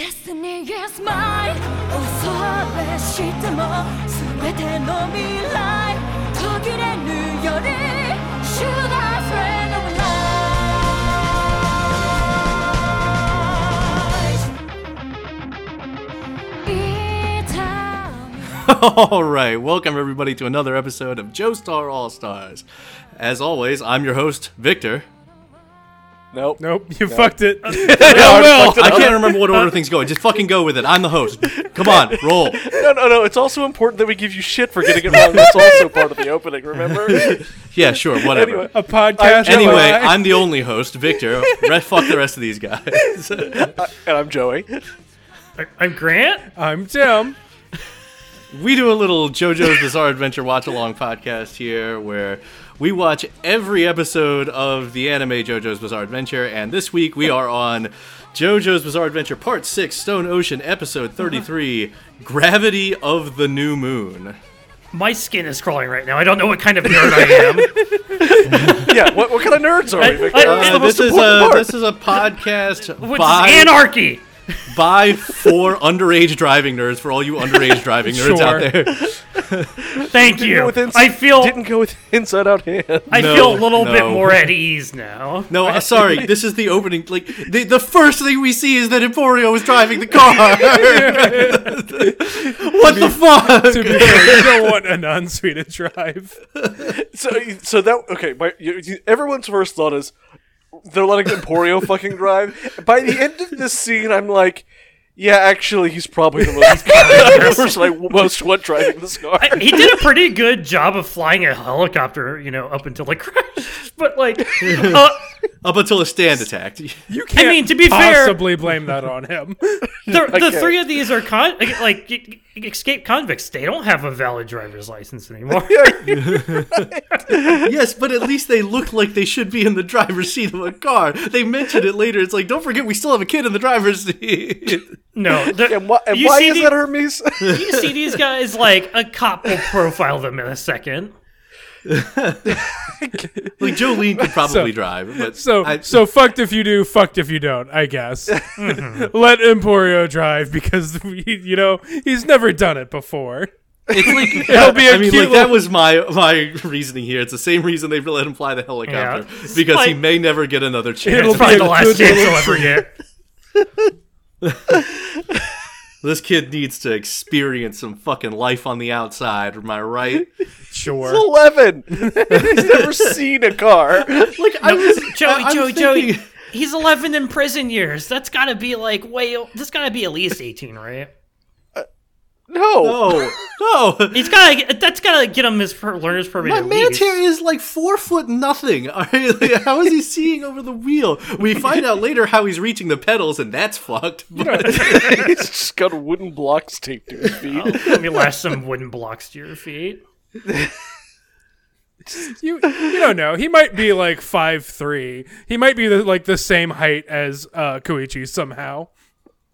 Destiny is mine 恐れしても全ての未来途切れぬように Sugar friend of life All right, welcome everybody to another episode of Joe Star All Stars. As always, I'm your host, Victor. Nope. Nope, you fucked it. Oh, well. I can't remember what order things go. Just fucking go with it. I'm the host. Come on, roll. No, no, no. It's also important that we give you shit for getting it wrong. That's also part of the opening, remember? Yeah, sure, whatever. Anyway. A podcast. Anyway, lie. I'm the only host, Victor. Re- fuck the rest of these guys. and I'm Joey. I'm Grant. I'm Tim. We do a little JoJo's Bizarre Adventure watch along podcast here where we watch every episode of the anime JoJo's Bizarre Adventure, and this week we are on JoJo's Bizarre Adventure Part 6 Stone Ocean Episode 33 Gravity of the New Moon. My skin is crawling right now. I don't know what kind of nerd I am. Yeah, what, what kind of nerds are we, Victor? I- That's Uh, the most this, is important a, part. this is a podcast What's by, anarchy? by four underage driving nerds for all you underage driving nerds out Sure. there. Thank Didn't go you. with ins- I feel Didn't go with Inside Out Hand. I No, feel a little bit no. more at ease now. No, uh, sorry. This is the opening. Like the, the first thing we see is that Emporio is driving the car. what the To fuck? be fair, you don't want an unsweet to drive. So, so that, okay, my, you, you- everyone's first thought is they're letting Emporio fucking drive. By the end of this scene, I'm like, yeah, actually, he's probably the most, person I most want driving this car. I- he did a pretty good job of flying a helicopter, you know, up until the crash. But like, uh, Up until a stand attack. You can't. mean, to be fair- possibly blame that on him. the, the Okay. three of these are con- like, like e- e- escape convicts. They don't have a valid driver's license anymore. Yes, but at least they look like they should be in the driver's seat of a car. They mentioned it later. It's like, don't forget, we still have a kid in the driver's seat. No, the- And why, and you why see is the- that Hermes? You see these guys like a cop will profile them in a second. Like Jolene could probably So- drive, but So, I- so fucked if you do, fucked if you don't. I guess. Let Emporio drive because we, you know he's never done it before. it's like It'll be a I mean, cute like that little- was my my reasoning here. It's the same reason they let him fly the helicopter Yeah. because he Like- may never get another chance. It'll It's probably be the a last good chance little he'll ever get. This kid needs to experience some fucking life on the outside, am I right? Sure. 11. He's never seen a car. Like I was Joey, I- I'm Joey, thinking- Joey. He's 11 in prison years. That's got to be like way. That's got to be at least 18, right? No. No, oh, no. He's got to. That's got to get him his per, learner's permit. My at man least. here is like four foot nothing. All right, like, how is he seeing over the wheel? We find out later how he's reaching the pedals, and that's fucked. But He's just got wooden blocks taped to his feet. Let me lash some wooden blocks to your feet. You, you don't know. He might be like five three. He might be the, like the same height as uh, Koichi somehow.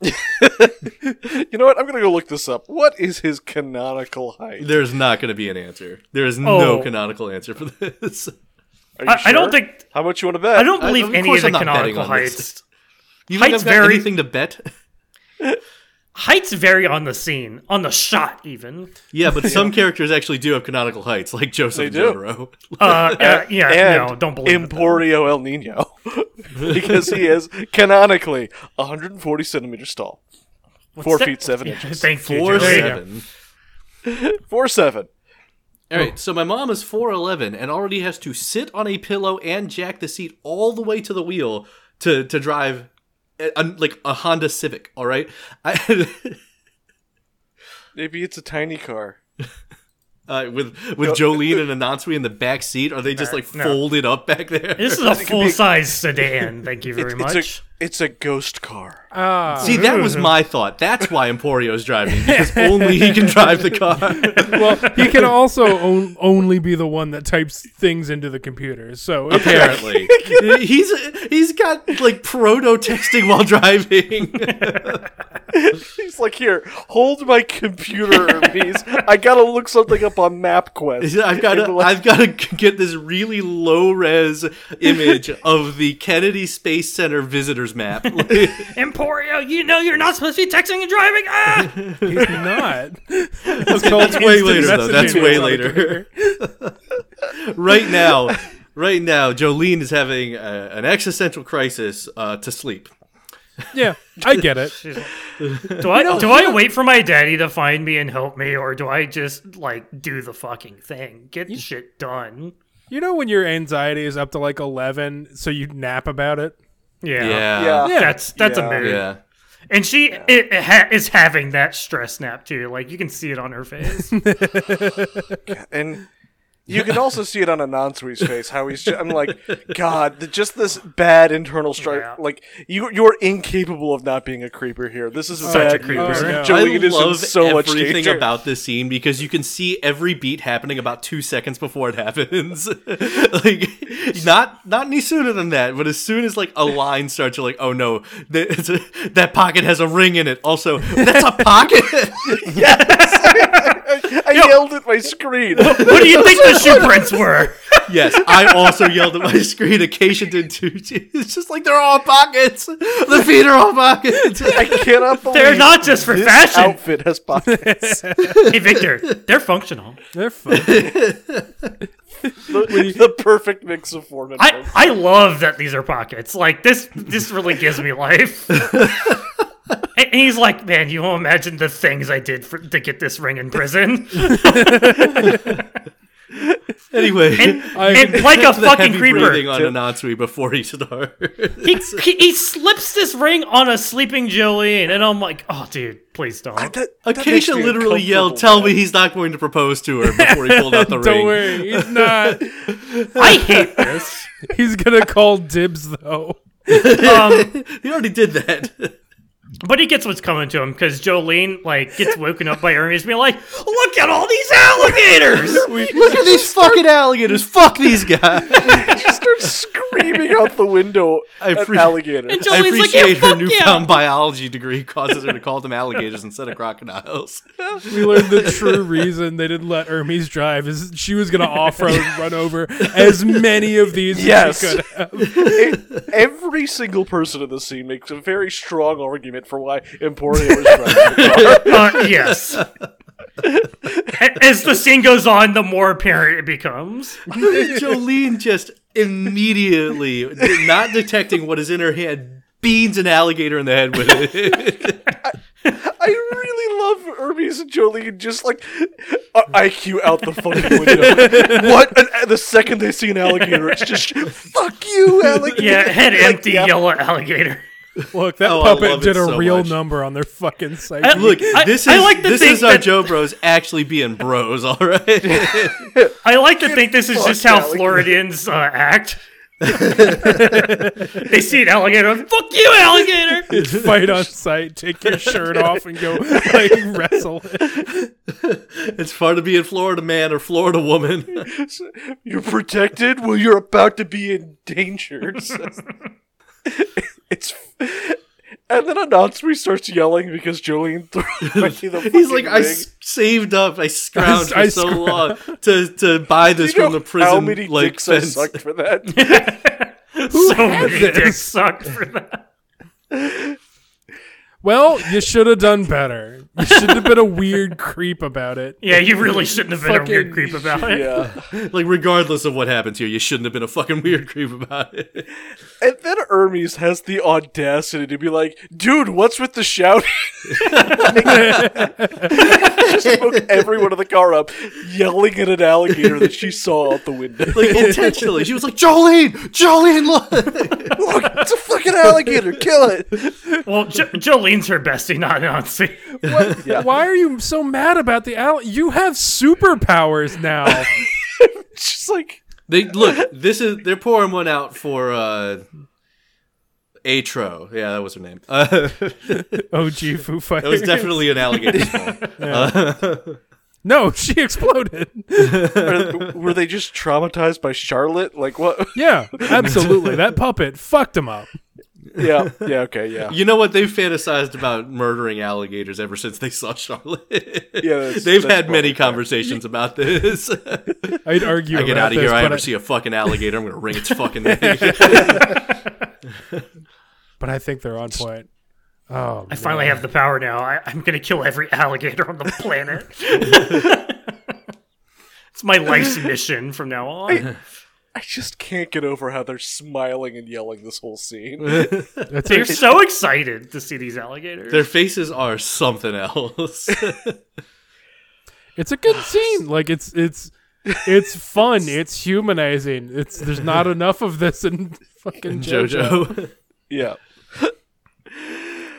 You know what? I'm going to go look this up. What is his canonical height? there's not going to be an answer. There is Oh. no canonical answer for this. Are you I, I don't sure? think. How much you want to bet? I don't I- believe of any course of the I'm not betting canonical on this. heights. You think Heights I've got vary. anything to bet? Heights vary on the scene, on the shot, even. Yeah, but some characters actually do have canonical heights, like Joseph They do. Jotaro. Uh, uh, yeah, And no, don't believe it. Emporio El Nino. because he is canonically 140 centimeters tall. Four that- feet seven Yeah, inches. Thank you. Four Joey. There you go. seven. Four seven. All Oh. right, so my mom is 4'11 and already has to sit on a pillow and jack the seat all the way to the wheel to to drive a, a- like a Honda Civic, all right? I, Maybe it's a tiny car. uh, with with Jolene and Anatsui in the back seat, are they just like No. folded up back there? This is a full size sedan. Thank you very It's much. a it's a ghost car. Ah. See, that was my thought. That's why Emporio's driving because only he can drive the car. well, he can also on- only be the one that types things into the computer. So it's- Apparently, he's he's got like proto texting while driving. He's like, here, hold my computer, Hermes. I gotta look something up on MapQuest. I've got to, I've got to get this really low res image of the Kennedy Space Center visitors map. Emporio, you know you're not supposed to be texting and driving. Ah! He's not. That's That's way later, though. That's way later. right now, right now, Jolene is having uh an existential crisis uh, to sleep. Yeah, I get it. Do I do I wait for my daddy to find me and help me, or do I just like do the fucking thing, get the shit done? You know when your anxiety is up to like 11, so you nap about it? Yeah, Yeah, Yeah. That's that's Yeah. a mood. yeah. And she i i- ha- is having that stress nap too. Like you can see it on her face. And you can also see it on Anansui's face, how he's just, I'm like, God, the, just this bad internal strife. Yeah. Like, you, you're incapable of not being a creeper here. This is Such a bad creeper. news. Oh, no. I Jolene is in love so much everything danger. about this scene because you can see every beat happening about two seconds before it happens. like, not not any sooner than that, but as soon as like a line starts, you're like, oh no, th- it's a- that pocket has a ring in it. Also, that's a pocket. I yelled at my screen. what do you think the shoe prints were? yes, I also yelled at my screen. Acacia did too. It's just like they're all pockets. The feet are all pockets. I cannot believe They're not just for this fashion. outfit has pockets. Hey Victor, they're functional. They're fun. the, the perfect mix of form and I, function. I love that these are pockets. Like this this really gives me life. and and he's like, man, you won't imagine the things I did for, to get this ring in prison. Anyway. And, I- and like a the fucking heavy creeper, breathing on Anatsui before he starts. he, he, he slips this ring on a sleeping Jolene, and I'm like, oh, dude, please don't. That- that makes Acacia me literally yelled, uncomfortable, "Tell me he's not going to propose to her before he pulled out the ring." Don't worry. He's not. I hate this. He's going to call dibs, though. Um, He already did that. but he gets what's coming to him because Jolene like gets woken up by Hermes being like, look at all these alligators. Look at these fucking alligators. Fuck these guys. man. She starts screaming out the window I at appre- alligator. And I Jolene's like, yeah, appreciate her fuck yeah. newfound biology degree causes her to call them alligators instead of crocodiles. We learned the true reason they didn't let Hermes drive is she was going to off road run over as many of these as she Yes. could. E- Every single person in the scene makes a very strong argument for why Emporio is right. Uh, yes. A- As the scene goes on, the more apparent it becomes. Jolene just immediately, not detecting what is in her hand, beans an alligator in the head with it. I really love Hermes and Jolene just like uh, IQ out the fucking window. what? An, uh, the second they see an alligator, it's just fuck you, alligator. Yeah, head Like, empty, yeah. yellow alligator. Look, that Oh, I puppet love it did a so real much. number on their fucking site. I- Look, this is I like to this think is our that- Joe Bros actually being bros. All right. I like to think this is just how fucked, alligator. Floridians uh, act. they see an alligator, fuck you, alligator! Fight on site, take your shirt off, and go like wrestle. It's far to be a Florida man or Florida woman. You're protected? Well, you're about to be endangered. it's. And then Anatsumi starts yelling because Jolene threw away the He's fucking like, I ring. s- saved up, I scrounged I for so scrou- long to to buy this You know from the prison How many like dicks I fence. sucked for that? so many dicks sucked for that. Well, you should have done better. You should have been a weird creep about it. Yeah, you really shouldn't have been a Fucking weird creep about it. yeah. Like regardless of what happens here, you shouldn't have been a fucking weird creep about it. And then Hermes has the audacity to be like, dude, what's with the shouting? Just woke everyone in the car up yelling at an alligator that she saw out the window. Like intentionally, she was like, Jolene, Jolene, look. Look, it's a fucking alligator, kill it! Well, jo- Jolene's her bestie, not Nancy. What? Why are you so mad about the al? You have superpowers now. She's like, They look. This is they're pouring one out for uh Atro. Yeah, that was her name. Uh, OG Foo it Fighters. was definitely an alligator's fault. no. She exploded. Are- were they just traumatized by Charlotte? Like what? Yeah, absolutely. That puppet fucked him up. yeah, yeah, okay, yeah. You know what? They've fantasized about murdering alligators ever since they saw Charlotte. Yeah, that's- they've that's had many probably fair. conversations about this. I'd argue. I get about out of here. this, I but ever see a fucking alligator, I'm gonna wring its fucking neck. But I think they're on point. Oh, I finally have the power now. I, I'm going to kill every alligator on the planet. it's my life's mission from now on. I just can't get over how they're smiling and yelling this whole scene. that's They're it. so excited to see these alligators. Their faces are something else. It's a good scene. Like it's it's it's fun. It's humanizing. It's there's not enough of this in fucking JoJo. Jojo. Yeah.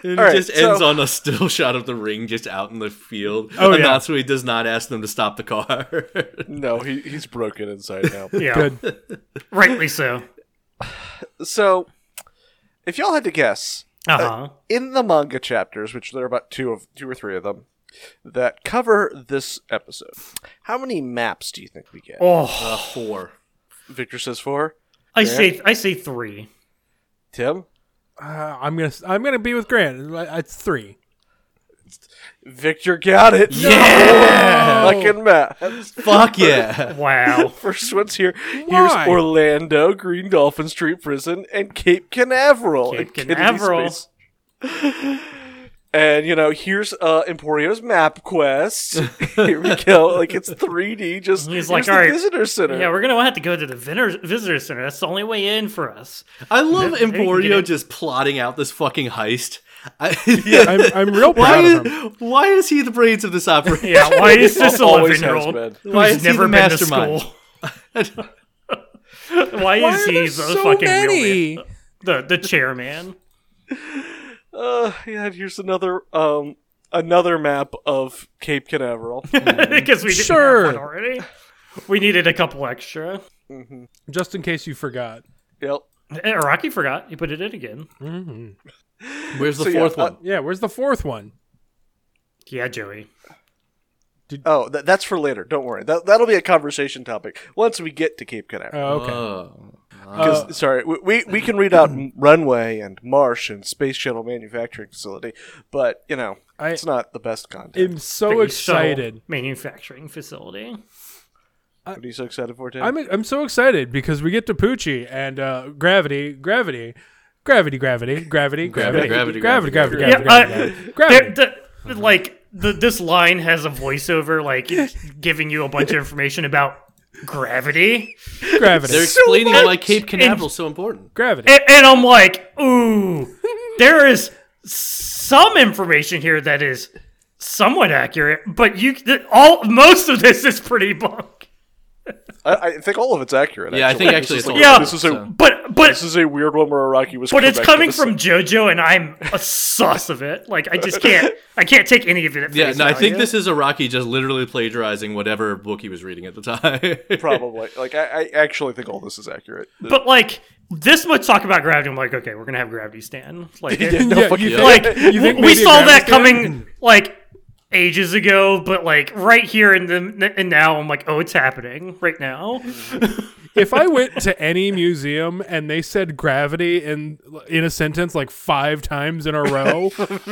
It All right, just ends so- on a still shot of the ring just out in the field. Oh, and yeah. that's where he does not ask them to stop the car. No, he, he's broken inside now. yeah, Good. rightly so. So, if y'all had to guess, Uh, Uh-huh. in the manga chapters, which there are about two of two or three of them, that cover this episode, how many maps do you think we get? oh, uh, four. Victor says four. I say I say three. Tim, Uh, I'm gonna s- I'm gonna be with Grant. It's three. Victor got it. Yeah! fucking maps. Fuck yeah. Wow. First one's here. Why? Here's Orlando, Green Dolphin Street Prison, and Cape Canaveral. Cape and Kennedy Canaveral. Space- and you know, here's uh Emporio's map quest. here we go. Like it's 3D. Just He's here's like, the "All right." visitor center. Yeah, we're gonna have to go to the visitor visitor center. That's the only way in for us. I love can get Emporio it. just plotting out this fucking heist. I, I'm I'm real why, proud of him. is, why is he the brains of this operation? Yeah, why is this Always has eleven year old been. who's Why is he never the been to mastermind? school? Why is he the fucking real man? The the chairman. Uh, yeah, and here's another um another map of Cape Canaveral. Because we didn't Sure. have one already. We needed a couple extra. Just in case you forgot. yep. Eh, Rocky forgot. He put it in again. Where's the So, yeah, fourth uh, one? Yeah, where's the fourth one? Yeah, Joey. Oh, that, that's for later. Don't worry. That that'll be a conversation topic once we get to Cape Canaveral. Oh, okay. Uh, Oh. 'Cause- sorry, we, we we can read out m- runway and marsh and space shuttle manufacturing facility, but you know I- it's not the best content. I'm so Big shuttle excited. Manufacturing facility. what are you so excited for, Tim? I'm I'm so excited because we get to Poochie and uh, gravity, gravity, gravity, gravity, gravity, gravity, gravity, gravity, gravity, gravity, Yeah, gravity, uh, gravity, gravity. there- the- like the, this line has a voiceover, like giving you a bunch of information about gravity, gravity, They're explaining why much Cape in- Canaveral's so important. gravity. and, and I'm like, ooh, there is some information here that is somewhat accurate, but you th- all most of this is pretty bunk. I, I think all of it's accurate. Yeah, I actually. think This actually is it's like- all- this is so- a But but this is a weird one where Iraqi was. but it's correct on coming this from JoJo, and I'm a sus of it. Like I just can't I can't take any of it. At face Yeah, no, I think value. this is Iraqi just literally plagiarizing whatever book he was reading at the time. Probably, like I, I actually think all this is accurate. But like this much talk about gravity, I'm like, okay, we're gonna have gravity stand. Like, Yeah, no Yeah, fucking- you like You think we maybe a saw that gravity coming like ages ago, but like right here in the and now, I'm like, oh, it's happening right now. if I went to any museum and they said gravity in in a sentence like five times in a row,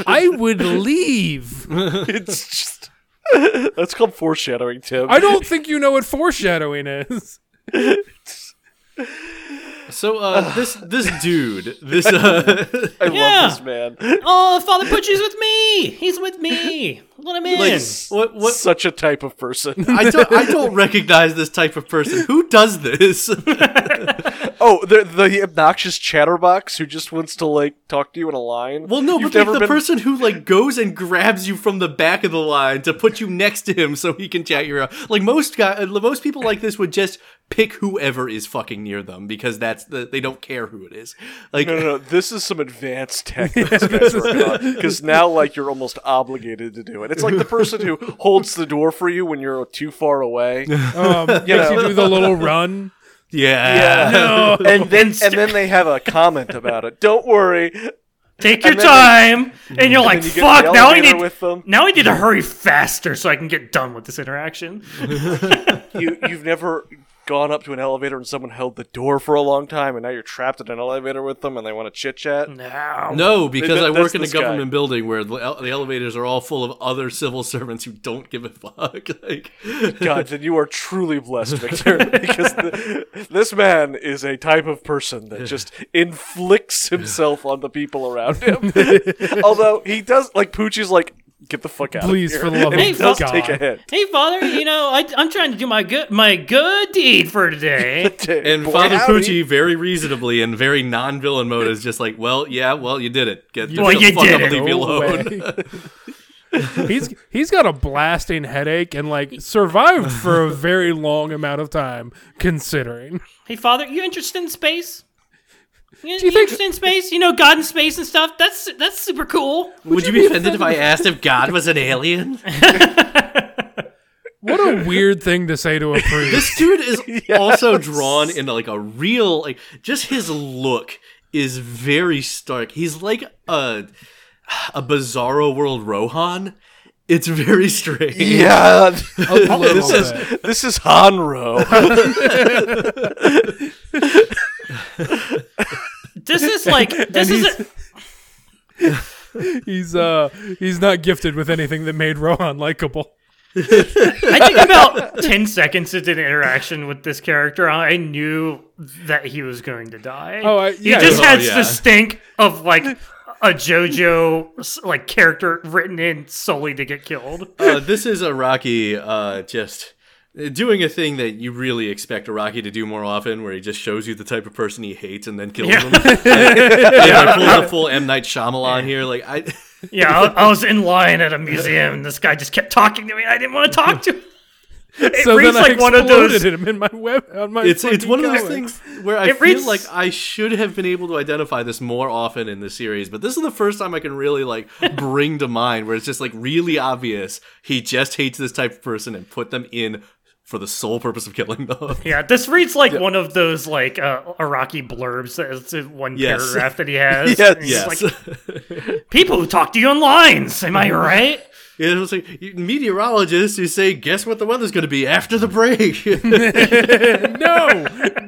I would leave. it's just that's called foreshadowing, Tim. I don't think you know what foreshadowing is. So uh, this this dude, this uh, I Yeah. love this man. oh, Father Pucci's with me. He's with me. Let him in. like what what Such a type of person. I don't I don't recognize this type of person. Who does this? Oh, the the obnoxious chatterbox who just wants to like talk to you in a line. Well, no, You've but like never the been- person who like goes and grabs you from the back of the line to put you next to him so he can chat you out. Like most guy, uh, most people like this would just pick whoever is fucking near them because that's the they don't care who it is. Like No, no, no. This is some advanced tech because now, like, you're almost obligated to do it. It's like the person who holds the door for you when you're too far away. Um, makes you know. do the little run. yeah. No. and then and then they have a comment about it. Don't worry. Take your then- time, and you're like, you get in fuck. the Now I elevator need with them. now I need to hurry faster so I can get done with this interaction. You you've never gone up to an elevator and someone held the door for a long time, and now you're trapped in an elevator with them, and they want to chit chat. No. No, because I that- that's work in a this guy. government building where the el- the elevators are all full of other civil servants who don't give a fuck. Like, God, then you are truly blessed, Victor, because the, this man is a type of person that just inflicts himself on the people around him. Although he does, like Poochie's, like get the fuck out. Please, of for here. the love and he of does God. take a hit. Hey, father. You know, I, I'm trying to do my good my good deed for today. and Boy, Father howdy. Pucci, very reasonably and very non-villain mode, is just like, "Well, yeah, well, you did it. Get Well, the you fuck did up and leave it. me No alone." way. he's he's got a blasting headache and like survived for a very long amount of time considering. hey, father. You interested in space? You, you think- interested in space? You know, God in space and stuff. That's that's super cool. Would you be offended if I asked if God was an alien? What a weird thing to say to a priest. This dude is also drawn in like a real like just his look is very stark. He's like a a bizarro world Rohan. It's very strange. Yeah, A little this is bit. this is Hanro. This is like this is a, he's uh he's not gifted with anything that made Rohan likable. I think about 10 seconds into the interaction with this character, I knew that he was going to die. Oh, I- yeah, He just yeah. had Oh, yeah. the stink of like a JoJo like character written in solely to get killed. Uh, this is Iraqi uh, just doing a thing that you really expect Iraqi to do more often, where he just shows you the type of person he hates and then kills Yeah. them. yeah, I pulled a full M Night Shyamalan here. Like I, Yeah, I, I was in line at a museum and this guy just kept talking to me. I didn't want to talk to him. It so reads then like I one of exploded those. him in my web on my it's it's fucking one of those comic. things where I It feel reads- like I should have been able to identify this more often in the series, but this is the first time I can really like bring to mind where it's just like really obvious he just hates this type of person and put them in for the sole purpose of killing them. Yeah, this reads like one of those like uh, Iraqi blurbs. that- It's in one Yes. paragraph that he has. Yes. And he's Yes. like, people who talk to you on lines. Am I right? It was like you- meteorologists who say, "Guess what the weather's going to be after the break."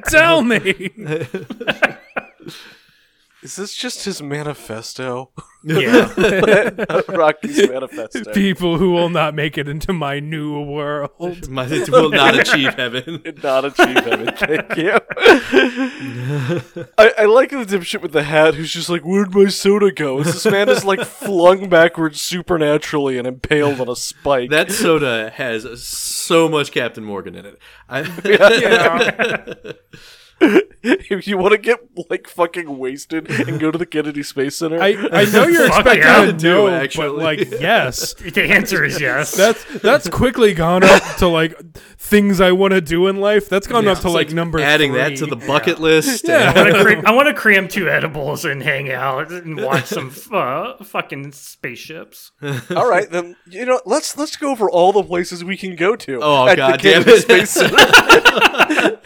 No, tell me. Is this just his manifesto? Yeah. Rocky's manifesto. People who will not make it into my new world. My, it will not achieve heaven. not achieve heaven. Thank you. I, I like the dipshit with the hat who's just like, "Where'd my soda go?" As this man is like flung backwards supernaturally and impaled on a spike. That soda has so much Captain Morgan in it. I, if you want to get like fucking wasted and go to the Kennedy Space Center, I, I know you're Fuck expecting yeah. to do, know, actually. but like yes, The answer is yes. that's that's quickly gone up to like things I want to do in life. That's gone up to like, number adding that to three. the bucket list. I want, to cram, I want to cram two edibles and hang out and watch some uh, fucking spaceships. all right, then you know, let's let's go over all the places we can go to. Oh, at God the damn Kennedy it. Space Center.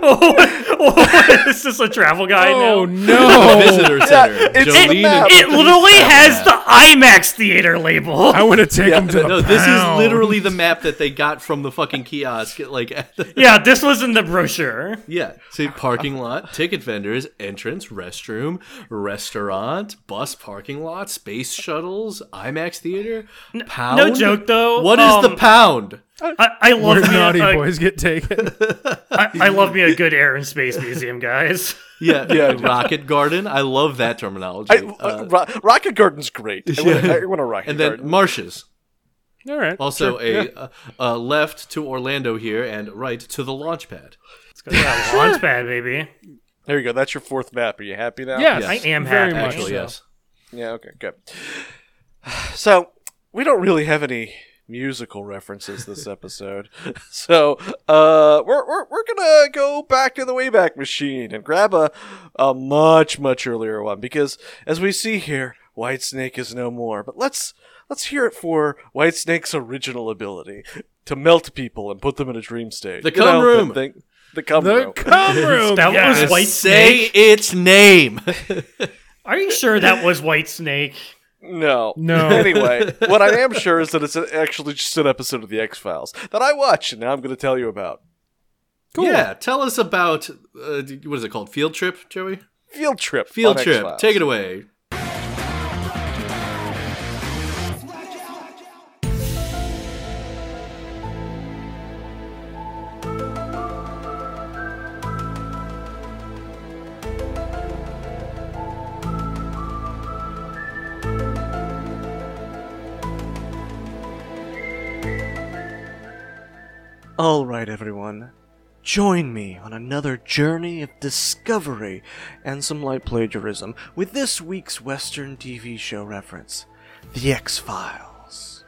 oh, is this a travel guide Oh now? The no! visitor center. it's the Jolene map. and- It literally has the IMAX theater label. I want to take him to the no, this is Pound. literally the map that they got from the fucking kiosk. Like, at the- Yeah, this was in the brochure. yeah, see, parking lot, ticket vendors, entrance, restroom, restaurant, bus parking lot, space shuttles, IMAX theater, pound. No joke though. What is the um, pound? I, I love where me naughty a, boys get taken. I, I love me a good air and space museum, guys. Yeah, Yeah. rocket garden. I love that terminology. I, Uh, Ro- Rocket Garden's great. I want to Rocket and then Garden. marshes. All right. Also a uh, uh, left to Orlando here and right to the launch pad. Let's go to that launch pad, baby. There you go. That's your fourth map. Are you happy now? Yes, I am very happy. much Actually, so. yes. Yeah, okay, good. So, we don't really have any musical references this episode. so, uh, we're, we're, we're gonna go back to the Wayback Machine and grab a, a much, much earlier one because, as we see here, White Snake is no more. But let's, let's hear it for White Snake's original ability to melt people and put them in a dream state. The cum that room. thing- the cum The room. cum room. That yes. was White Say Snake. its name. Are you sure that was White Snake? No. No. anyway, what I am sure is that it's actually just an episode of The X Files that I watch, and now I'm going to tell you about. Yeah, tell us about uh, d- what is it called? Field trip, Joey? Field trip. Field trip. Take it away. All right, everyone. Join me on another journey of discovery and some light plagiarism with this week's Western TV show reference The X Files.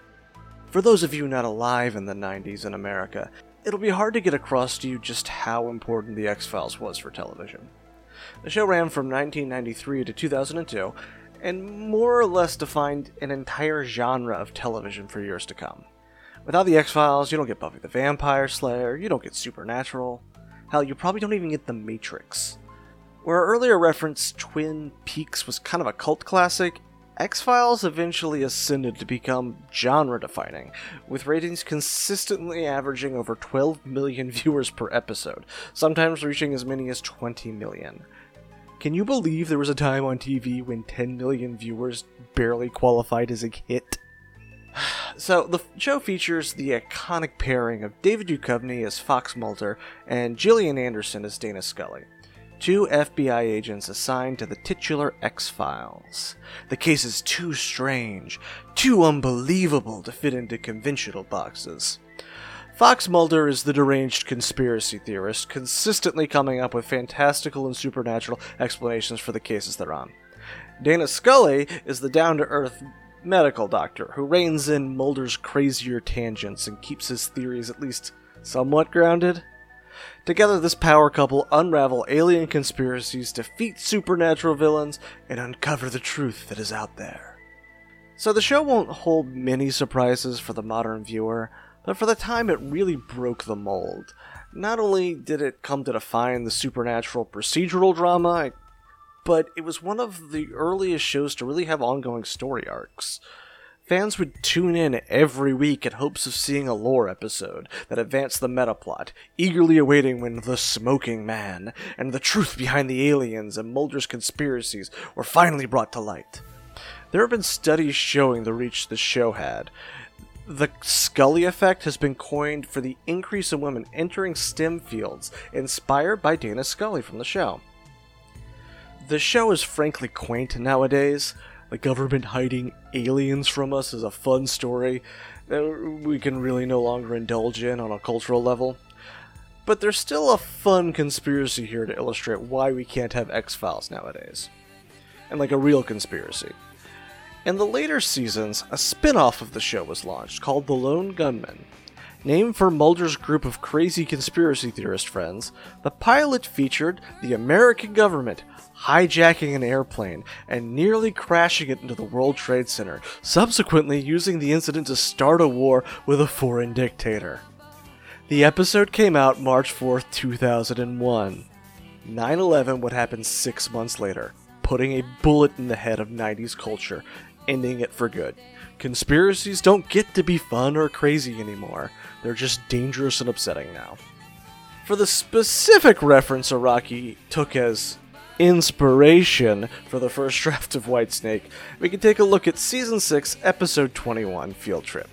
For those of you not alive in the 90s in America, it'll be hard to get across to you just how important The X Files was for television. The show ran from 1993 to 2002 and more or less defined an entire genre of television for years to come. Without the X Files, you don't get Buffy the Vampire Slayer, you don't get Supernatural. Hell, you probably don't even get The Matrix. Where our earlier reference Twin Peaks was kind of a cult classic, X Files eventually ascended to become genre defining, with ratings consistently averaging over 12 million viewers per episode, sometimes reaching as many as 20 million. Can you believe there was a time on TV when 10 million viewers barely qualified as a hit? So the f- show features the iconic pairing of David Duchovny as Fox Mulder and Gillian Anderson as Dana Scully, two FBI agents assigned to the titular X Files. The case is too strange, too unbelievable to fit into conventional boxes. Fox Mulder is the deranged conspiracy theorist, consistently coming up with fantastical and supernatural explanations for the cases they're on. Dana Scully is the down to earth medical doctor who reins in Mulder's crazier tangents and keeps his theories at least somewhat grounded. Together, this power couple unravel alien conspiracies, defeat supernatural villains, and uncover the truth that is out there. So the show won't hold many surprises for the modern viewer, but for the time it really broke the mold. Not only did it come to define the supernatural procedural drama, it but it was one of the earliest shows to really have ongoing story arcs. Fans would tune in every week in hopes of seeing a lore episode that advanced the meta plot, eagerly awaiting when The Smoking Man and the truth behind the aliens and Mulder's conspiracies were finally brought to light. There have been studies showing the reach the show had. The Scully effect has been coined for the increase in women entering STEM fields, inspired by Dana Scully from the show. The show is frankly quaint nowadays. The government hiding aliens from us is a fun story that we can really no longer indulge in on a cultural level. But there's still a fun conspiracy here to illustrate why we can't have X Files nowadays. And like a real conspiracy. In the later seasons, a spin off of the show was launched called The Lone Gunman. Named for Mulder's group of crazy conspiracy theorist friends, the pilot featured the American government hijacking an airplane and nearly crashing it into the World Trade Center, subsequently using the incident to start a war with a foreign dictator. The episode came out March 4th, 2001. 9 11 would happen six months later, putting a bullet in the head of 90s culture, ending it for good. Conspiracies don't get to be fun or crazy anymore, they're just dangerous and upsetting now. For the specific reference Iraqi took as inspiration for the first draft of Whitesnake, we can take a look at Season 6, Episode 21 Field Trip.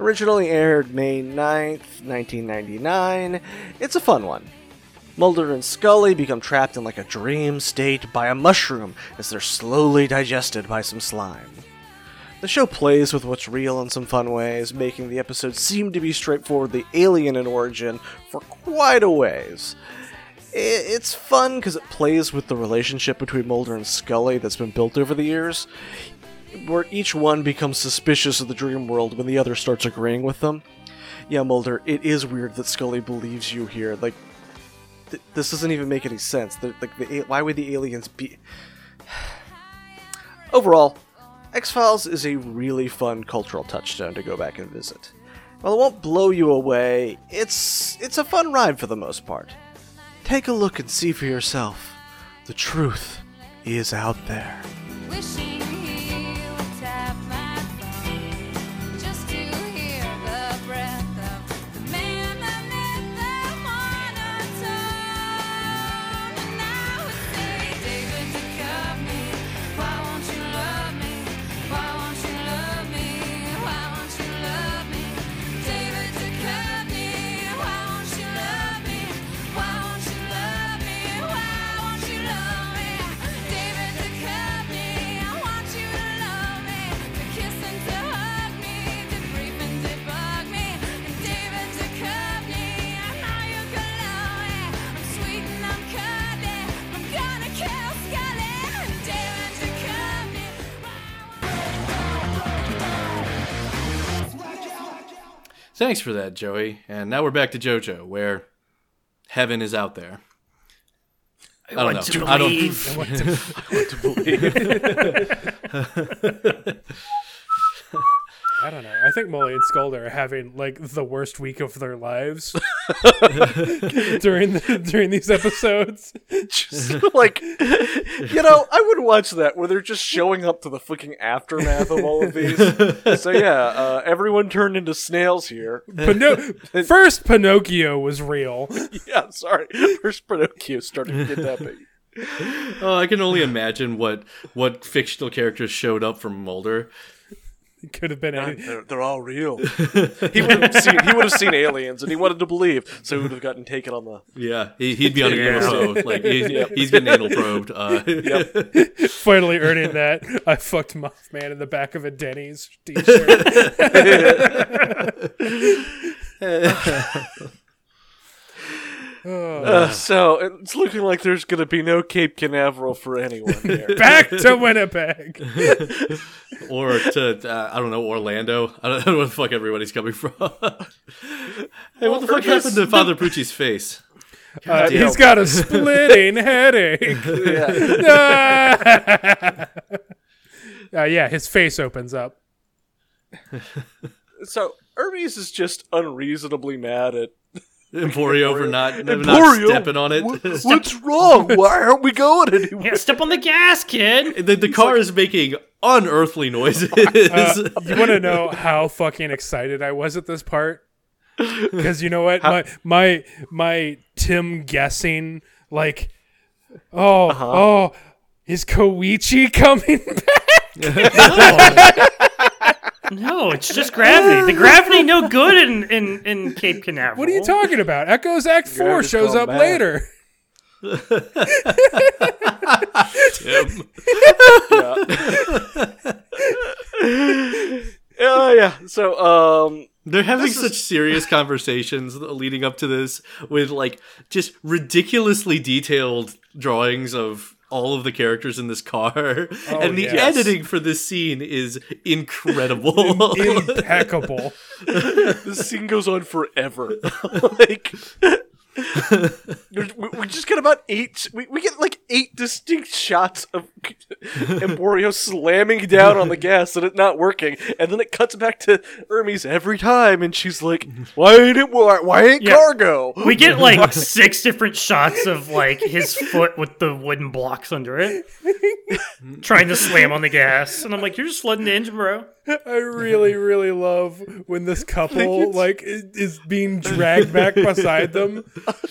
Originally aired May 9th, 1999, it's a fun one. Mulder and Scully become trapped in like a dream state by a mushroom as they're slowly digested by some slime. The show plays with what's real in some fun ways, making the episode seem to be straightforwardly alien in origin for quite a ways. I- It's fun because it plays with the relationship between Mulder and Scully that's been built over the years, where each one becomes suspicious of the dream world when the other starts agreeing with them. Yeah, Mulder, it is weird that Scully believes you here. Like, th- this doesn't even make any sense. They're, like, the, a- why would the aliens be? Overall, X Files is a really fun cultural touchstone to go back and visit. While it won't blow you away, it's it's a fun ride for the most part. Take a look and see for yourself. The truth is out there. Wishing you would tap my phone just to hear the breath of the man I met that wanna Thanks for that, Joey. And now we're back to JoJo, where heaven is out there. I don't want know. to I don't- believe. I don't know. I think Molly and Scald are having like the worst week of their lives during the, during these episodes. Just like, you know, I would watch that where they're just showing up to the fucking aftermath of all of these. so yeah, uh, everyone turned into snails here. Pino- First, Pinocchio was real. Yeah, sorry. First Pinocchio started kidnapping. Oh, I can only imagine what what fictional characters showed up from Mulder. It could have been any. They're, they're all real. He would have seen he would have seen aliens and he wanted to believe, so he would have gotten taken on the Yeah, he, he'd be on a Yeah. UFO. Like he's, he's getting anal probed. Uh, Finally earning that. I fucked Mothman in the back of a Denny's t-shirt. Uh, so it's looking like there's going to be no Cape Canaveral for anyone here. back to Winnipeg. or to uh, I don't know Orlando. I don't know where the fuck everybody's coming from. hey, what the fuck happened to Father Pucci's face? Uh, damn. he's got a splitting headache. yeah. Ah! uh, yeah, his face opens up. So Hermes is just unreasonably mad at. Emporio for not, not Emporio? stepping on it. Wh- What's wrong? Why aren't we going anywhere? Yeah, step on the gas, kid. the, the car is making unearthly noises. Uh, You want to know how fucking excited I was at this part? Because you know what, my my my Tim guessing like, oh oh, is Koichi coming back? No, it's just gravity. The gravity no good in in, in Cape Canaveral. What are you talking about? Echoes Act Four Gravity's shows gone up back. later. Tim. Oh yeah. So um, They're having such serious conversations leading up to this with like just ridiculously detailed drawings of all of the characters in this car. and the Oh, yes. editing for this scene is incredible. Impeccable. this scene goes on forever. like. there's- We we just get about eight. We, we get like eight distinct shots of Emporio slamming down on the gas and it not working, and then it cuts back to Hermes every time, and she's like, "Why ain't it? Why, why ain't Yeah. cargo?" We get like six different shots of like his foot with the wooden blocks under it, trying to slam on the gas, and I'm like, "You're just flooding the engine, bro." I really, really love when this couple like i- is being dragged back beside them.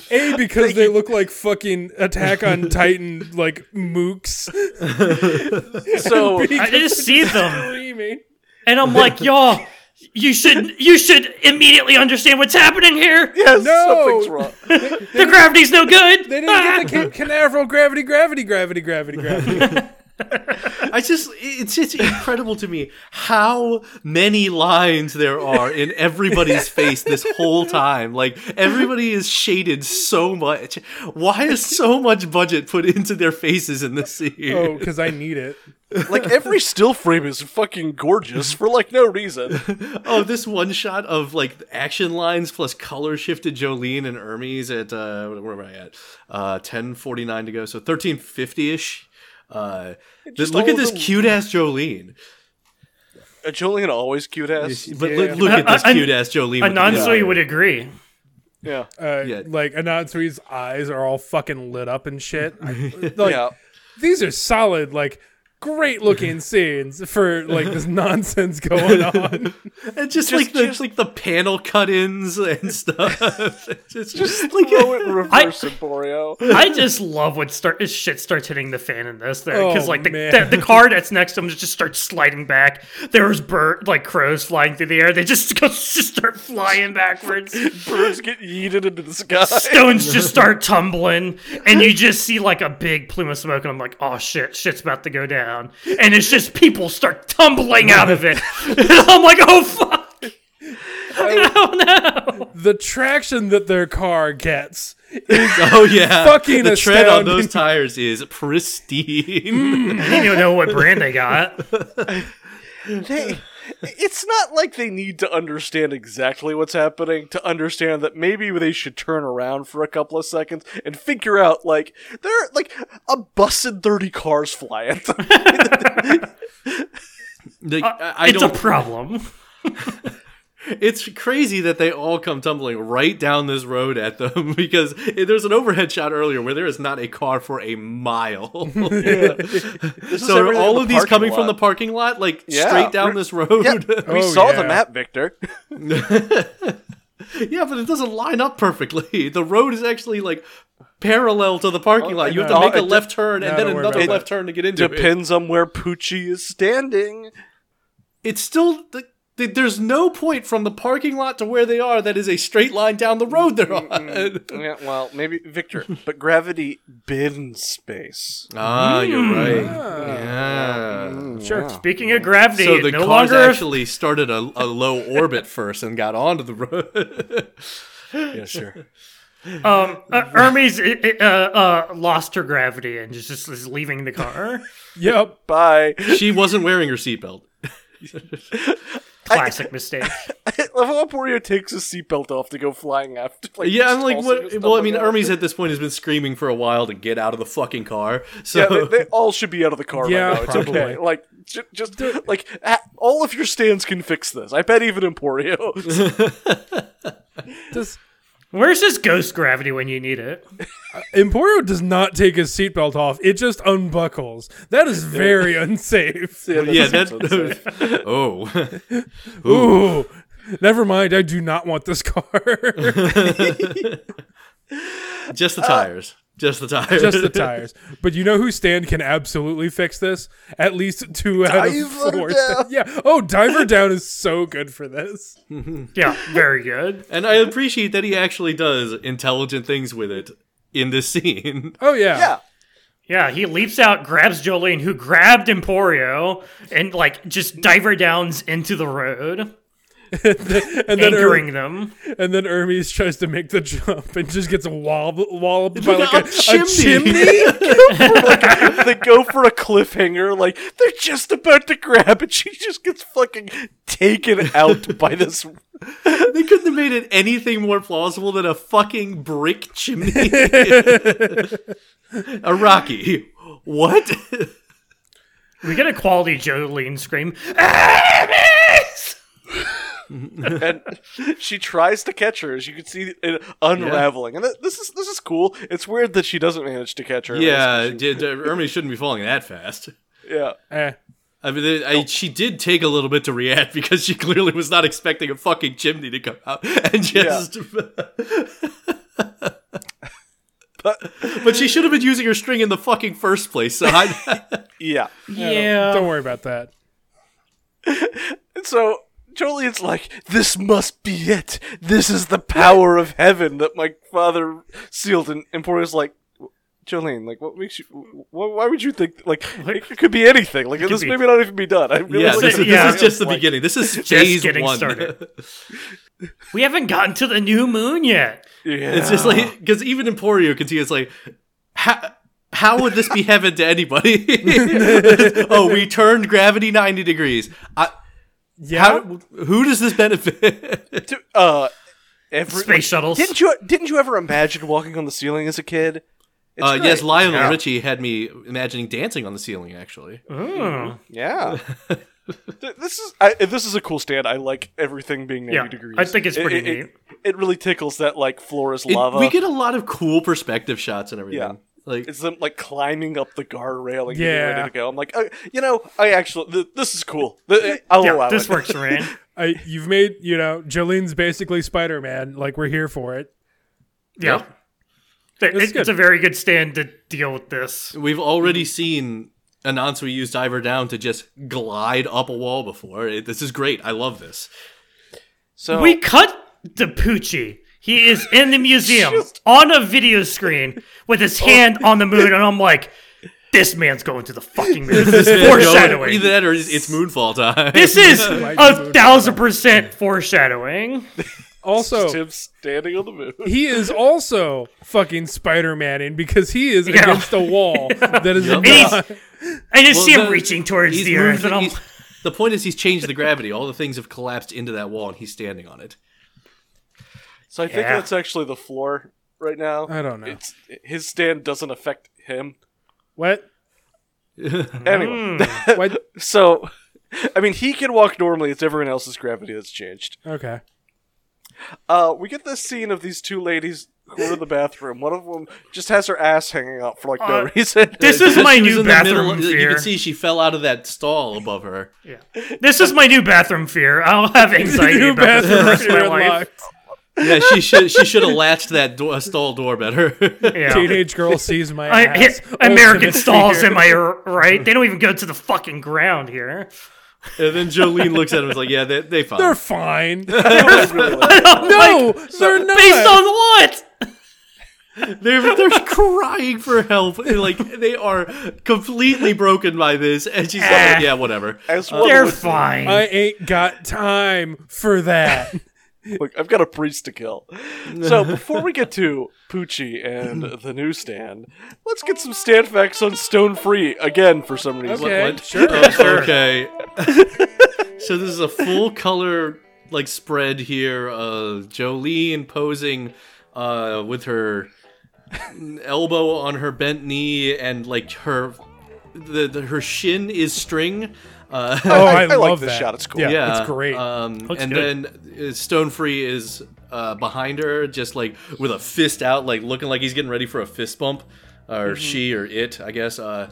A because they look like fucking Attack on Titan like mooks So I just see them, screaming. and I'm like, "Y'all, you should you should immediately understand what's happening here. yes, No! something's wrong. The gravity's no good." They didn't get the Cape Canaveral gravity, gravity, gravity, gravity, gravity. I just it's it's incredible to me how many lines there are in everybody's face this whole time. Like everybody is shaded so much. Why is so much budget put into their faces in this scene? oh, because I need it. Like every still frame is fucking gorgeous for like no reason. Oh, this one shot of like action lines plus color shifted Jolene and Hermes at uh where am I at? Uh ten forty nine to go, so thirteen fifty ish. Uh just look all at this the- cute ass Jolene. Uh, Jolene always cute ass. But look, look at this Uh, uh, cute ass Jolene. with the Anansui guitar. would agree. Yeah, Uh, Yeah. Like Anatsui's eyes are all fucking lit up and shit. I- like, yeah. These are solid, like great looking scenes for like this nonsense going on. And just, Just- like the just- like the panel cut-ins and stuff. just, just like Like throw it in reverse, Emporio. I just love when start as shit starts hitting the fan in this though, because Oh, like the, man. the the car that's next to him just starts sliding back. There's bird like crows flying through the air. They just go just start flying backwards. Birds get yeeted into the sky. Stones just start tumbling, and you just see like a big plume of smoke, and I'm like, oh shit, shit's about to go down, and it's just people start tumbling out of it. I'm like, oh fuck, the traction that their car gets. oh yeah, Fucking the tread on astounding. those tires is pristine. I didn't even know what brand they got. They, it's not like they need to understand exactly what's happening to understand that maybe they should turn around for a couple of seconds and figure out like they're like a busted 30 cars fly at them. Like, I- I Uh, it's a don't, problem. it's crazy that they all come tumbling right down this road at them because there's an overhead shot earlier where there is not a car for a mile. This is so are everything in all the of these parking coming from lot. the parking lot, like Yeah. straight down this road? Yeah, Oh. we Oh, saw the yeah. map, Victor. Yeah, but it doesn't line up perfectly. The road is actually like parallel to the parking lot. You have to no, make a Oh, it de- left turn and no, then don't worry another about left turn to get into it. Depends on where Poochie is standing. It's still th- th- there's no point from the parking lot to where they are that is a straight line down the road they're on. Yeah, well, maybe Victor, but gravity bends space. ah, you're right. Yeah. Sure. Speaking of gravity, So it the no cars longer actually started a, a low orbit first and got onto the road. Yeah, sure. um uh, Hermes uh, uh, uh, lost her gravity and is just is leaving the car. Yep. Bye. she wasn't wearing her seatbelt. Classic mistake. Level up Wario takes his seatbelt off to go flying after. Like, Yeah, I'm just like, tossing what? his Well, I stomach mean, out. Hermes at this point has been screaming for a while to get out of the fucking car. So Yeah, they, they all should be out of the car Yeah, right now. It's okay. probably. Like, ju- just like a- all of your stands can fix this. I bet even Emporio. Does Where's this ghost gravity when you need it? Emporio does not take his seatbelt off. It just unbuckles. That is very unsafe. yeah, that's- that. oh, Ooh. Never mind. I do not want this car. oh, just the tires. Just the tires. just the tires. But you know who stand can absolutely fix this? At least two out of Diver four. Down. Yeah. Oh, diver down is so good for this. Yeah, very good. and I appreciate that he actually does intelligent things with it in this scene. Oh yeah. yeah. Yeah, he leaps out, grabs Jolene, who grabbed Emporio, and like just diver downs into the road, And then anchoring Herm- them. and then Hermes tries to make the jump and just gets wallop walloped by like Up a, a chimney. they go for a cliffhanger. Like they're just about to grab, and she just gets fucking taken out by this. they couldn't have made it anything more plausible than a fucking brick chimney. a rocky. What? We get a quality Jolene scream. and she tries to catch her, as you can see it unraveling. And th- this is this is cool. It's weird that she doesn't manage to catch her. yeah, did, uh, Hermes shouldn't be falling that fast. yeah. Eh. I mean, they- I, she did take a little bit to react because she clearly was not expecting a fucking chimney to come out and just. but, but she should have been using her string in the fucking first place. So I, Yeah. yeah. Don't worry about that. And so Jolene's like, this must be it. This is the power of heaven that my father sealed. And Emporio's like, Jolene, like, what makes you? wh- Why would you think? Like, it could be anything. Like, this be- maybe not even be done. I really yeah, look this, at is, yeah. this is just the like- beginning. This is Just phase getting one. started. We haven't gotten to the new moon yet. Yeah. It's just like because even Emporio can see it's like how how would this be heaven to anybody? oh, we turned gravity ninety degrees. I, Yeah. how, who does this benefit? Dude, uh, every, Space shuttles. Didn't you didn't you ever imagine walking on the ceiling as a kid? It's Uh, great. yes, Lionel Yeah. Richie had me imagining dancing on the ceiling. Actually, Mm-hmm. Oh. Yeah. Th- this is I, this is a cool stand. I like everything being ninety Yeah, degrees. I think it's It- pretty it, neat. It, it really tickles that like floor is It- lava. we get a lot of cool perspective shots and everything. Yeah. Like it's them like climbing up the guardrail and getting Yeah. ready to go. I'm like, uh, you know, I actually th- this is cool. Th- I'll Yeah, allow this it. works, Rand. I, you've made you know Jolene's basically Spider Man. Like we're here for it. Yeah. This Th- is it- it's good. a very good stand to deal with this. we've already seen Anansi use Diver Down to just glide up a wall before. It, this is great. I love this. So We cut the Poochie. He is in the museum Just- on a video screen with his Oh. hand on the moon, and I'm like, this man's going to the fucking moon. This is foreshadowing. Either that or it's, it's Moonfall time. This is might be a thousand percent foreshadowing. Also, Tim standing on the moon. he is also fucking Spider Man in because he is Yeah. against a wall that is Yup. And not. he's- I just Well, see him no, reaching towards he's the moving- earth, e- and I'm he's- The point is, he's changed the gravity. All the things have collapsed into that wall, and he's standing on it. So I think Yeah. that's actually the floor right now. I don't know. It's, his stand doesn't affect him. What? Mm. Anyway, What? so I mean, he can walk normally. It's everyone else's gravity that's changed. Okay. Uh, we get this scene of these two ladies who are in the bathroom. One of them just has her ass hanging out for like no Uh, reason. This is Just my she was new in the middle bathroom of- You fear. can see she fell out of that stall above her. Yeah. This is my new bathroom fear. I'll have anxiety New about this for the rest of bathroom my life. unlocked. Yeah, she should she should have latched that do- uh, stall door better. Yeah. Teenage girl sees my I, ass. hit American Ultimate stalls, fear. am I r- right? They don't even go to the fucking ground here. and then Jolene looks at him and is like, "Yeah, they they fine." They're fine. no, no, they're not. based on what? They're they're crying for help. Like they are completely broken by this, and she's Ah. like, "Yeah, whatever." As one They're would- fine. I ain't got time for that. Look, I've got a priest to kill. So before we get to Poochie and the new stand, let's get some stand facts on Stone Free again for some reason. Okay, Sure. Oh, Okay. so this is a full color like spread here. Uh, Jolene posing uh, with her elbow on her bent knee, and like her the, the her shin is string. Uh, Oh, I- I, I like love this that. shot. It's cool. Yeah, yeah, it's great. Um, Looks and good. then uh, Stone Free is uh, behind her, just like with a fist out, like looking like he's getting ready for a fist bump, or she or it, I guess. Uh,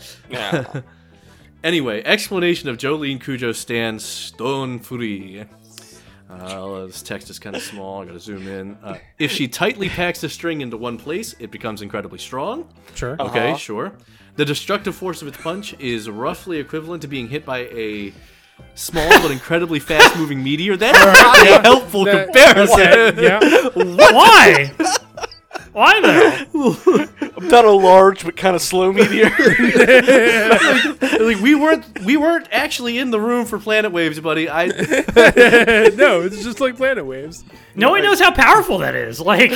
anyway, explanation of Jolene Cujo stands Stone Free. Uh, this text is kind of small. I gotta zoom in. Uh, if she tightly packs the string into one place, it becomes incredibly strong. Sure. Okay, sure. The destructive force of its punch is roughly equivalent to being hit by a small but incredibly fast-moving meteor. That's not a helpful That- comparison. yeah. Why? Why though? Not a large but kind of slow meteor. Like we weren't we weren't actually in the room for Planet Waves, buddy. I no, it's just like planet waves. No one knows how powerful that is. Like,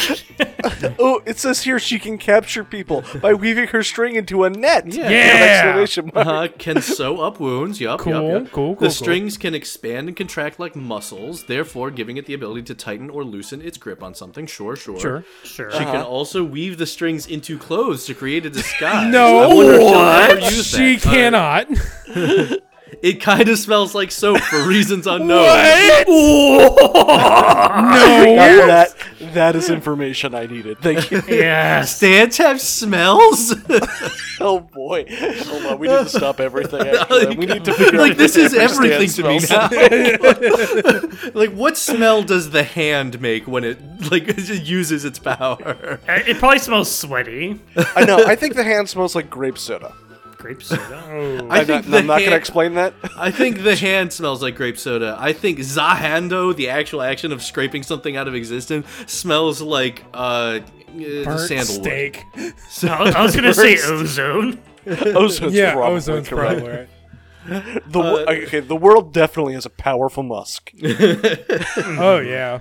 oh, it says here she can capture people by weaving her string into a net. Yeah. With an exclamation mark. uh, can sew up wounds. Yup. yup, Cool, yup. cool, cool, The cool. strings can expand and contract like muscles, therefore giving it the ability to tighten or loosen its grip on something. Sure, sure. Sure. sure. She Uh-huh. can also weave the strings into clothes to create a disguise. No. I wonder if she'll ever use She that. Uh, cannot. It kind of smells like soap for reasons unknown. Now that that is information I needed. Thank you. yes. Stands have smells. Oh boy. Hold on, we need to stop everything. Actually. We need to figure like out this what is everything to me stand smells. now. like what smell does the hand make when it like it just uses its power? Uh, It probably smells sweaty. I know. I think the hand smells like grape soda. Grape soda. Oh. I I'm think not, I'm not hand, gonna explain that. I think the hand smells like grape soda. I think zahando, the actual action of scraping something out of existence, smells like uh, uh Burnt sandalwood. steak. I was- I was gonna say ozone. Ozone's Yeah, probably ozone's correct. probably right. The, Uh, wo- okay, the world definitely has a powerful musk. Oh yeah.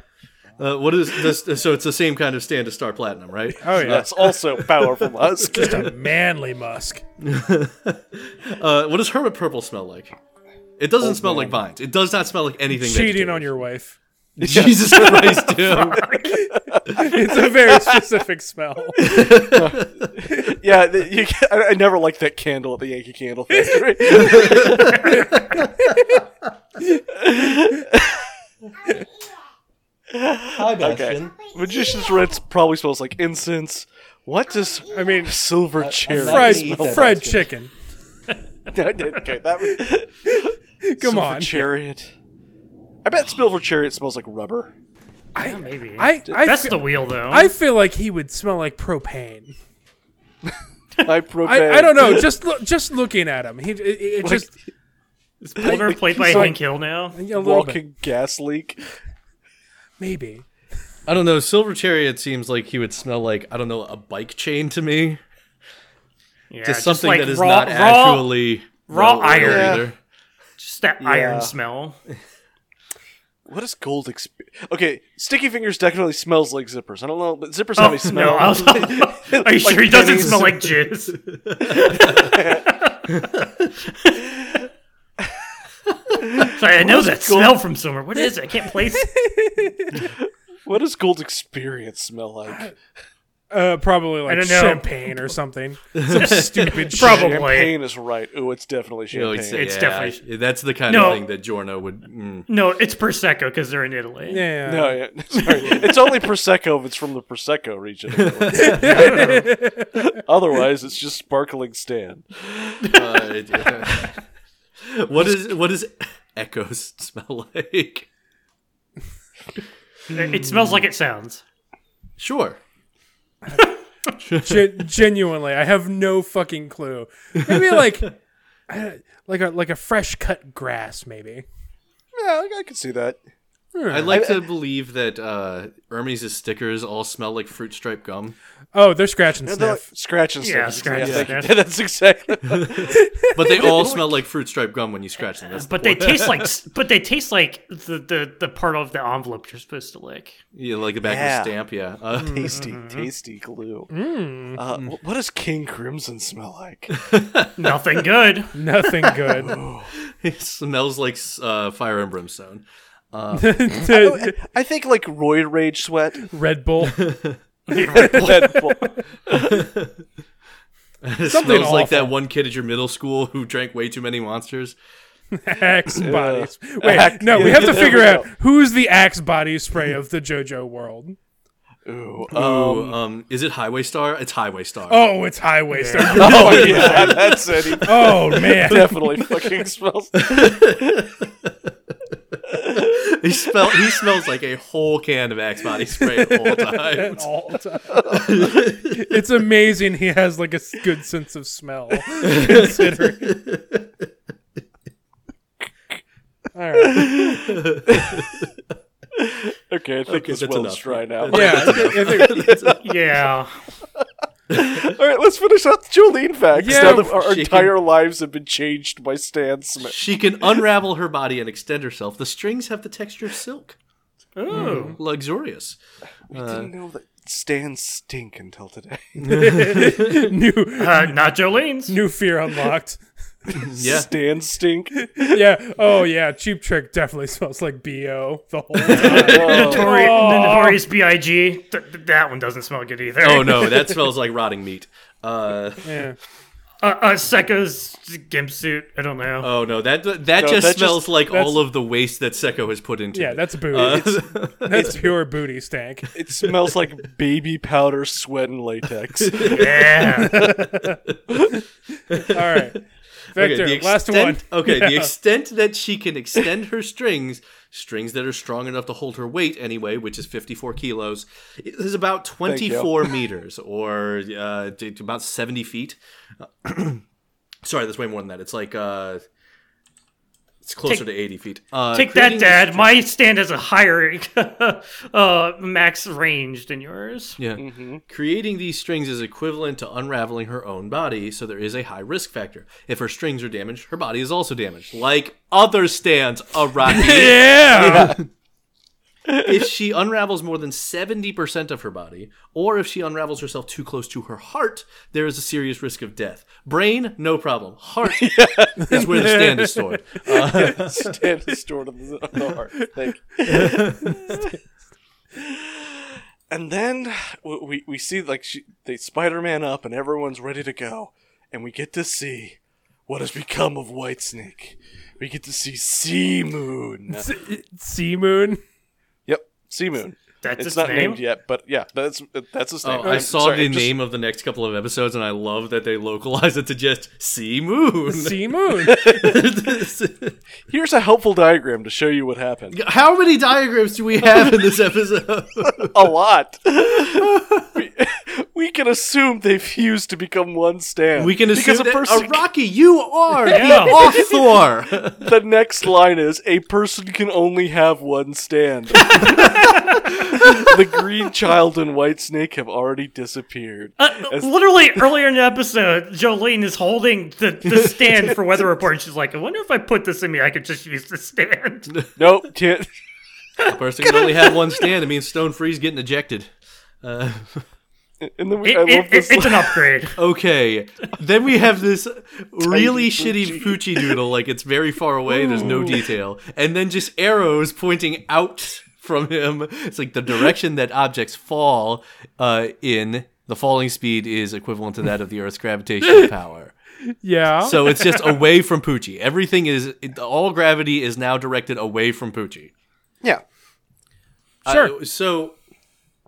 Uh, what is this? So it's the same kind of stand as Star Platinum, right? Oh yeah. That's also a powerful musk. Just a manly musk. Uh, what does hermit purple smell like? It doesn't smell like vines. It does not smell like anything. Cheating vegetarian. on your wife. Jesus Christ, dude. It's a very specific smell. yeah, the, you, ca- I, I never liked that candle at the Yankee Candle Factory. Hi, Okay. Magician's Ritz probably smells like incense. What does I mean, uh, silver cherry fried smell? fried chicken. okay, that was Come silver on. chariot. I bet silver chariot smells like rubber. Yeah, maybe. I I, That's fe- the wheel, though. I feel like he would smell like propane. I, I, I don't know. Just look, just looking at him, he it, it just Is Boulder played by Hank Hill now? a little bit, Walking gas leak. maybe. I don't know. Silver Chariot seems like he would smell like, I don't know, a bike chain to me. Yeah, Just something like that is raw, not raw, actually raw oil iron. either. Just that Yeah. iron smell. What is gold? Exp- okay, sticky fingers definitely smells like zippers. I don't know, but zippers have Oh, a smell. no, I was, are Like you sure he doesn't pennies. smell like jizz? Sorry, I know that smell from somewhere. What is it? I can't place it. What does Gold's experience smell like? Uh, probably like I don't know. champagne or something. Some stupid Oh, shit. Probably. Champagne is right. Ooh, it's definitely You know, champagne. It's definitely- that's the kind No. of thing that Giorno would. Mm. No, it's Prosecco because they're in Italy. Yeah. no, yeah, sorry. it's only prosecco if it's from the prosecco region. Otherwise, it's just sparkling Stan. Uh, yeah. what is what does echoes smell like? It it smells like it sounds. Sure. Gen- genuinely, I have no fucking clue. Maybe like, uh, like a like a fresh cut grass. Maybe. Hmm. Yeah, I can see that. I'd like to believe that uh, Hermes' stickers all smell like fruit stripe gum, Oh, they're scratch and Yeah, they're like sniff. scratch and sniff. Yeah, scratch and thank you. sniff. That's exactly. but they all smell like fruit stripe gum when you scratch them. That's the But they point. taste like, but they taste like the, the, the part of the envelope you're supposed to lick. yeah, like the back Yeah. of a stamp. Yeah. Uh, Mm-hmm. tasty, tasty glue. Mm. Uh, wh- what does King Crimson smell like? Nothing good. Nothing good. it smells like uh, fire and brimstone. To- I think like roid rage sweat. Red Bull. Red Bull. It Something smells like that awful. one kid at your middle school who drank way too many monsters. Axe body. Spray. Wait, Axe- no, we yeah, have to there figure we out go. who's the axe body spray of the JoJo world. Ooh, Ooh, um, Um, is it Highway Star? It's Highway Star. Oh, it's Highway Star. oh yeah, that's it. He Oh man, definitely fucking smells. He, smell, he smells like a whole can of Axe body spray the whole time. All the time. it's amazing he has like a s- good sense of smell. Considering. All right. Okay, I think Okay, this that's well enough. is dry now. Yeah, I think- I think- Yeah. All right, let's finish up Jolene facts. Yeah, now that our she- entire lives have been changed by Stan Smith. She can unravel her body and extend herself. The strings have the texture of silk. Oh. Ooh. Luxurious. We didn't know that Stan stink until today. new Uh, not Jolene's. new fear unlocked. Yeah. Stan stink. Yeah. Oh yeah. Cheap Trick definitely smells like bo the whole time. Notori- Oh. the Notorious B.I.G. Th- th- that one doesn't smell good either. Oh no, that smells like rotting meat. Uh, Yeah. Uh, uh, Sekko's gimp suit. I don't know. oh no, that that just that just- smells like that's- all of the waste that Seko has put into Yeah. it. Uh, That's booty. that's pure booty stank. It smells like baby powder, sweat, and latex. yeah. All right. Victor, the last one. extent- Okay, the extent that she can extend her strings, strings that are strong enough to hold her weight anyway, which is 54 kilos, is about 24 meters or uh, d- d- about 70 feet. Sorry, that's way more than that. It's like uh, it's closer Take- to 80 feet. Uh, Take creating a that, Dad. My stand has a higher uh, max range than yours. Yeah. Creating these strings is equivalent to unraveling her own body, so there is a high risk factor. If her strings are damaged, her body is also damaged, like other stands, Araki. Yeah. if she unravels more than 70% of her body, or if she unravels herself too close to her heart, there is a serious risk of death. Brain, no problem. Heart is where the stand is stored. Stan is stored on the, on the heart. Thank you. and then we, we, we see like she, they Spider-Man up, and everyone's ready to go, and we get to see what has become of Whitesnake. We get to see Sea Moon. Sea Moon. Yep, Sea Moon. That's it's his not name? named yet, but yeah, that's that's his name. Oh, I I'm saw sorry, the I'm just- name of the next couple of episodes, and I love that they localize it to just Sea Moon. Sea Moon. Here's a helpful diagram to show you what happened. How many diagrams do we have in this episode? a lot. we, we can assume they fused to become one stand. We can assume because a that person. Araki, you are Yeah. the author. the next line is a person can only have one stand. the green child and white snake have already disappeared. Uh, literally earlier in the episode, Jolene is holding the, the stand for weather report. And she's like, I wonder if I put this in me, I could just use the stand. nope, can't. a person can only have one stand. It means Stone Free's getting ejected. And then we, It- I it- love this. it's an upgrade. Okay. Then we have this really shitty Poochie Doodle, like it's very far away, there's no detail. And then just arrows pointing out from him. It's like the direction that objects fall uh, in, the falling speed is equivalent to that of the Earth's gravitational power. Yeah. So it's just away from Poochie. Everything is, all gravity is now directed away from Poochie. Yeah. Sure. Uh, so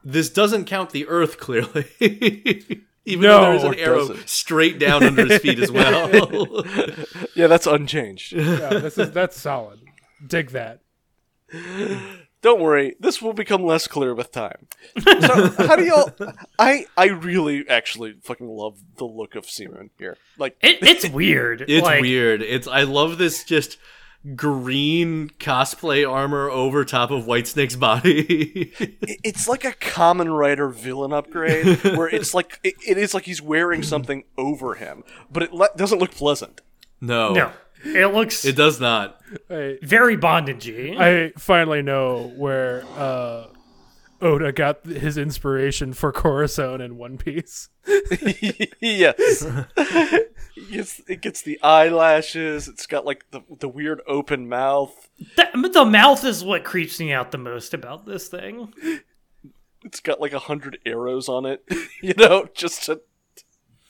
this doesn't count the Earth clearly. Even No, though there's an it arrow doesn't. straight down under his feet as well. yeah, that's unchanged. yeah, this is that's solid. Dig that. Don't worry, this will become less clear with time. So, how do y'all? I I really actually fucking love the look of Simon here. Like, It, it's weird. it's like, weird. It's I love this just green cosplay armor over top of Whitesnake's body. it- it's like a common writer villain upgrade, where it's like it, it is like he's wearing something over him, but it le- doesn't look pleasant. no. No, it looks It does not. I, very bondagey. I finally know where uh, Oda got his inspiration for Corazon in One Piece. yes. It gets, it gets the eyelashes. It's got like the, the weird open mouth. the, the mouth is what creeps me out the most about this thing. It's got like a hundred arrows on it. You know, just to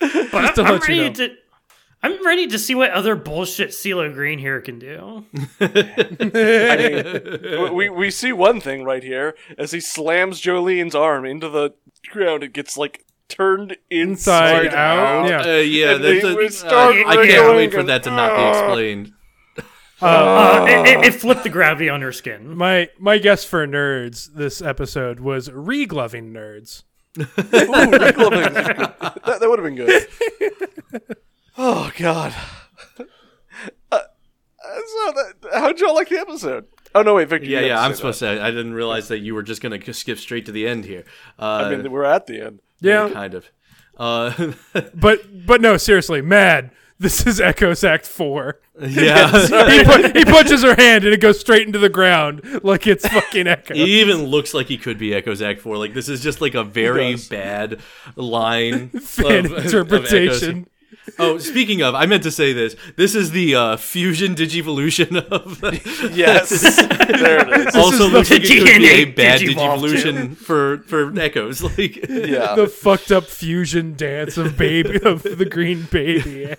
But Just to I'm, I'm let you ready know. to. I'm ready to see what other bullshit CeeLo Green here can do. we we see one thing right here as he slams Jolene's arm into the ground. It gets like turned inside, Inside out. Uh, Yeah. yeah, And they that's a- uh, would start "Ah." I can't wait wriggling for and- that to not be explained. Uh, it, it, it flipped the gravity on her skin. My my guess for nerds this episode was regloving nerds. Ooh, that, that would have been good. Oh God. Uh, uh, so that, how'd y'all like the episode? Oh no, wait, Victor. you Yeah, have yeah, I'm say supposed to. I didn't realize that you were just going to skip straight to the end here. Uh, that. I mean, we're at the end. Yeah. kind of. Uh, But but no, seriously, mad. This is Echoes Act Four. yeah, He, pu- he punches her hand and it goes straight into the ground like it's fucking Echo. he even looks like he could be Echoes Act Four. Like this is just like a very bad line Fan of- of interpretation. Echoes. oh, speaking of, I meant to say this. This is the uh, fusion digivolution of. Yes, there it is. also is looks the like it could be a DNA bad Digivolve, digivolution for for Echoes. Like Yeah. the fucked up fusion dance of baby of the green baby.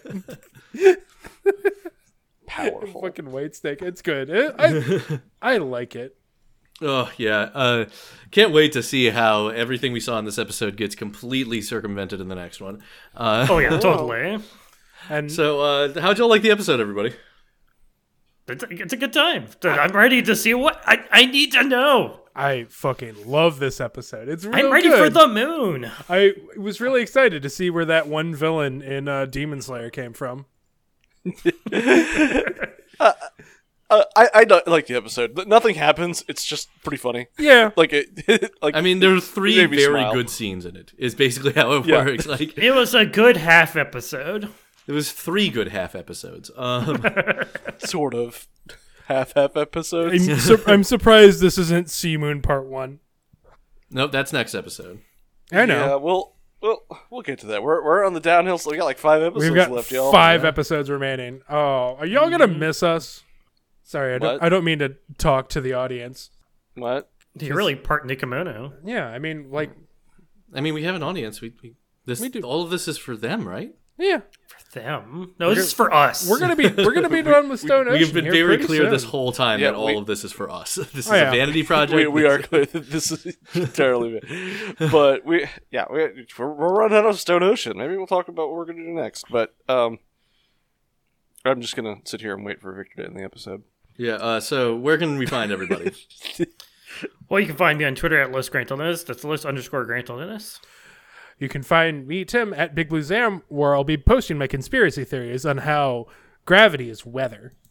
powerful. fucking white snake. It's good. It- I, I like it. Oh yeah, uh, can't wait to see how everything we saw in this episode gets completely circumvented in the next one. Uh, Oh yeah, totally. And So, uh, how'd y'all like the episode, everybody? It's a, it's a good time. I'm ready to see what I, I need to know. I fucking love this episode. It's real I'm ready for good. the moon. I was really excited to see where that one villain in uh, Demon Slayer came from. Uh, I I don't like the episode. Th- Nothing happens. It's just pretty funny. Yeah. Like it. like I mean, there are three Made me very smile. good scenes in it. Is basically how it Yeah. works. Like It was a good half episode. it was three good half episodes. Um, sort of half half episodes. I'm, sur- I'm surprised this isn't Sea Moon Part 1. nope, that's next episode. I Yeah, know. we'll we'll we'll get to that. We're we're on the downhill, so we got like five episodes We've got left, y'all. 5 episodes remaining. Oh, are y'all going Mm-hmm. to miss us? Sorry, I don't, What? I don't mean to talk to the audience. What? You're really part Nikomono. Yeah, I mean, like, I mean, we have an audience. We, we this do. all of this is for them, right? yeah, Them. No, this is for us. we're gonna be we're gonna be done with Stone Ocean. We've been here very pretty clear soon. Oh, this whole time Yeah, that all we- of this is for us. This is yeah. a vanity project. We, we This are clear that this is entirely, bad. but we yeah we we're, we're running out of Stone Ocean. Maybe we'll talk about what we're gonna do next. But um, I'm just gonna sit here and wait for Victor to end the episode. Yeah. Uh, so, where can we find everybody? Well, you can find me on Twitter at Los Grantonis. That's Los underscore Grantonis. You can find me, Tim, at Big Blue Zam, where I'll be posting my conspiracy theories on how gravity is weather.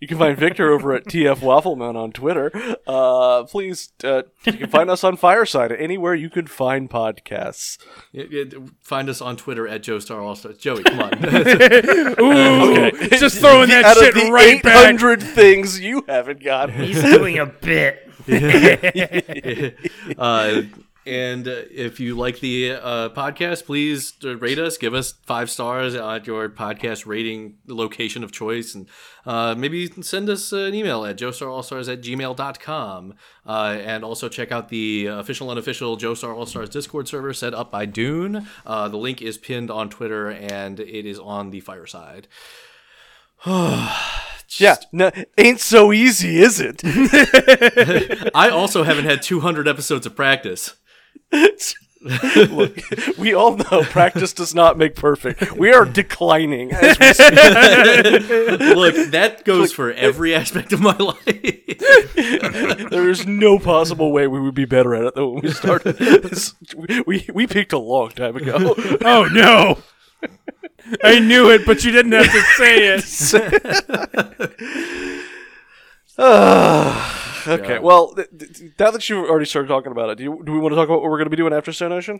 You can find Victor over at TF Waffleman on Twitter. Uh, please, uh, you can find us on Fireside anywhere you can find podcasts. Y- y- find us on Twitter at Joe Star All Stars. Joey, come on. Oh, Just throwing that Out of shit the right back. 800 things you haven't got. He's doing a bit. uh, And uh, if you like the uh, podcast, please uh, rate us. Give us five stars at your podcast rating location of choice. And uh, maybe send us an email at joestarallstars at gmail.com. Uh, and also check out the official unofficial Joestar All Stars Discord server set up by Dune. Uh, the link is pinned on Twitter and it is on the fireside. Yeah, no, ain't so easy, is it? I also haven't had 200 episodes of practice. Look, we all know practice does not make perfect. We are declining as we speak. Look, that goes for every aspect of my life. There is no possible way we would be better at it than when we started. This- we we peaked a long time ago. Oh no. I knew it, but you didn't have to say it. Okay, well, th- th- now that you've already started talking about it, do, you, do we want to talk about what we're going to be doing after Stone Ocean?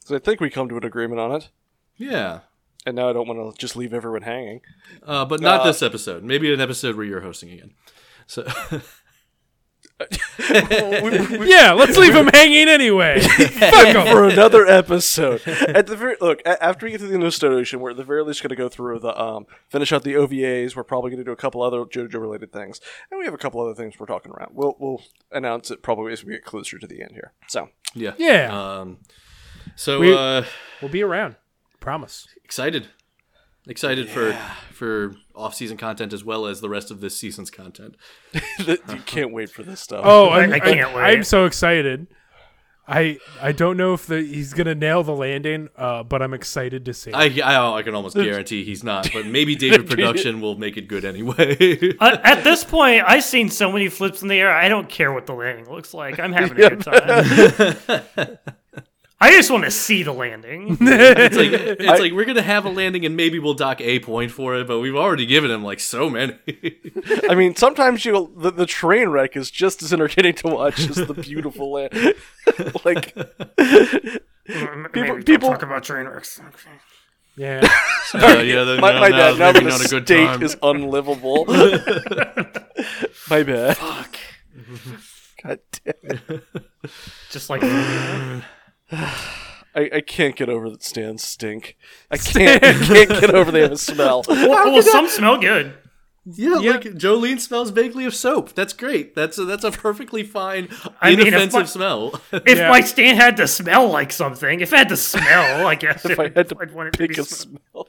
Because I think we come to an agreement on it, Yeah. and now I don't want to just leave everyone hanging. Uh, but not this episode. Maybe an episode where you're hosting again. So We- we- Yeah, let's leave him hanging anyway. Fuck him. for another episode. At the very look, a- after we get to the end of Stone Ocean, we're at the very least going to go through the um, finish out the OVAs. We're probably going to do a couple other JoJo related things, and we have a couple other things we're talking around. We'll we'll announce it probably as we get closer to the end here. So yeah, Yeah. Uh, Um, so We- uh, We'll be around. Promise. excited, excited for for off season content as well as the rest of this season's content. you can't wait for this stuff. Oh, I- I'm, I can't I'm- wait. I'm so excited. I I don't know if the, he's gonna nail the landing, uh, but I'm excited to see. it. I I, I can almost guarantee he's not, but maybe David Production will make it good anyway. Uh, at this point, I've seen so many flips in the air. I don't care what the landing looks like. I'm having a good time. I just want to see the landing. it's like it's like we're gonna have a landing and maybe we'll dock a point for it, but we've already given him like so many. Uh, I mean, sometimes you the, the train wreck is just as entertaining to watch as the beautiful land. like Maybe People- don't people- talk about train wrecks. Okay. yeah. Uh, yeah, then, my, no, my no, bad. Now maybe that not the a good state time. is unlivable. my bad. Fuck. God damn. it. Just like I, I can't get over that Stan's stink. I can't I can't get over they have a smell. well, well, some smell good. Yeah, like Jolene smells vaguely of soap. That's great. That's a, that's a perfectly fine, I mean, if inoffensive my- smell. If Yeah. my stand had to smell like something, if it had to smell, I guess If I had to I'd want it to pick be a smell. smell.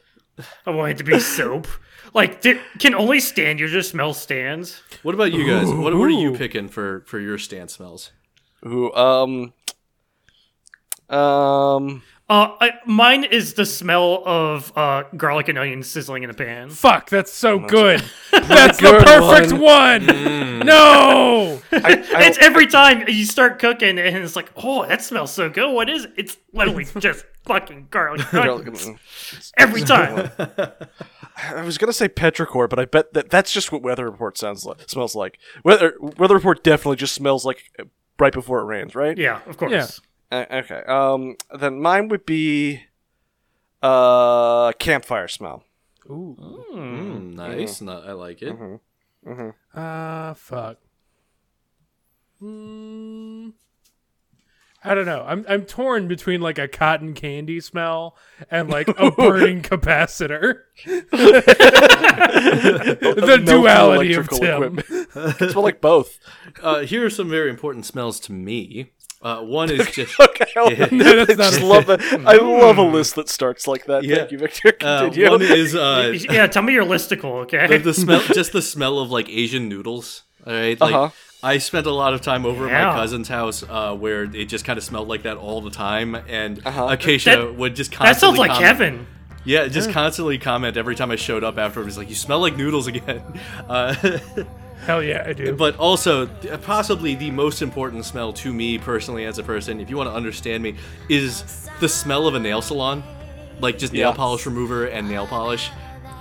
I want it to be soap. Like, di- can only stand your just smell stands? what about you guys? What, what are you picking for for your stand smells? Ooh, um Um Uh, I, mine is the smell of uh, garlic and onion sizzling in a pan. Fuck, that's so good. That's the Good perfect one. Mm. one. No. I, I, It's every time you start cooking, and it's like, oh, that smells so good. What is it? It's literally just fucking garlic. and onions. every time. I was gonna say petrichor, but I bet that that's just what weather report sounds like. Smells like weather weather report definitely just smells like uh, right before it rains, right? Yeah, of course. Yeah. Uh, okay. Um. Then mine would be, uh, campfire smell. Hmm. Mm, nice. No, I like it. Mm-hmm. Ah, fuck. Mm, I don't know. I'm I'm torn between like a cotton candy smell and like a burning capacitor. the Melting duality of electrical Tim. equipment. it smell like both. Uh, here are some very important smells to me. Uh, one is just Okay. I'll- No, that's I not just a- love that. I love a list that starts like that. Hmm. Yeah. Thank you, Victor. uh, Continue. one is uh, Yeah, tell me your listicle, okay? the smell, just the smell of like Asian noodles. All right, like Uh-huh. I spent a lot of time over at Yeah. my cousin's house uh, where it just kind of smelled like that all the time, and Uh-huh. Acacia That- would just that sounds constantly like comment- heaven. Yeah, just constantly comment every time I showed up after. It was like, you smell like noodles again. Uh, Hell yeah, I do. but also, th- possibly the most important smell to me personally as a person, if you want to understand me, is the smell of a nail salon. Like just nail Yeah. polish remover and nail polish.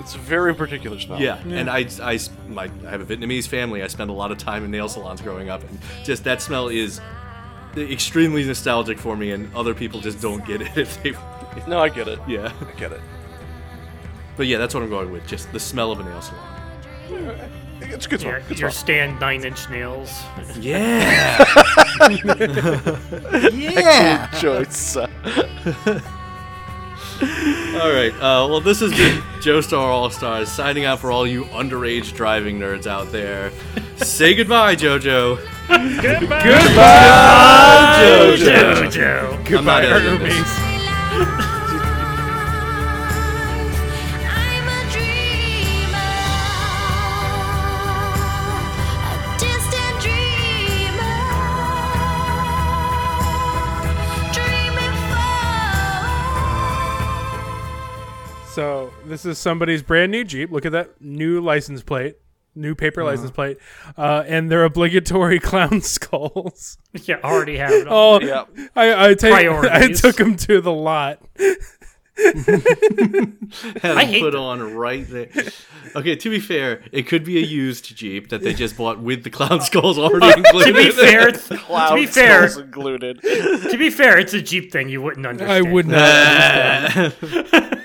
it's a very particular smell. Yeah, and I, I, s- my, I have a Vietnamese family. I spent a lot of time in nail salons growing up, and just that smell is extremely nostalgic for me, and other people just don't get it if they. No, I get it. Yeah. I get it. But yeah, that's what I'm going with. Just the smell of a nail salon. It's a good smell. Your, Good your smell. stand nine inch nails. Yeah. Yeah. choice. All right. Uh, well, this has been Joestar All Stars signing out for all you underage driving nerds out there. Say goodbye, JoJo. Bye, Jojo. Jojo. I'm not Goodbye, editing this. Hermes. I'm a dreamer, a distant dreamer, dreaming So this is somebody's brand new Jeep. Look at that new license plate, new paper license plate, uh, and their obligatory clown skulls. Yeah, already have it. Oh, Yeah. I I, take, I Priorities. took them to the lot. Had I them hate put that. on right there. Okay, to be fair, it could be a used Jeep that they just bought with the clown skulls already to included. be fair, to be fair, included. to be fair, it's a Jeep thing you wouldn't understand. I would not. Uh,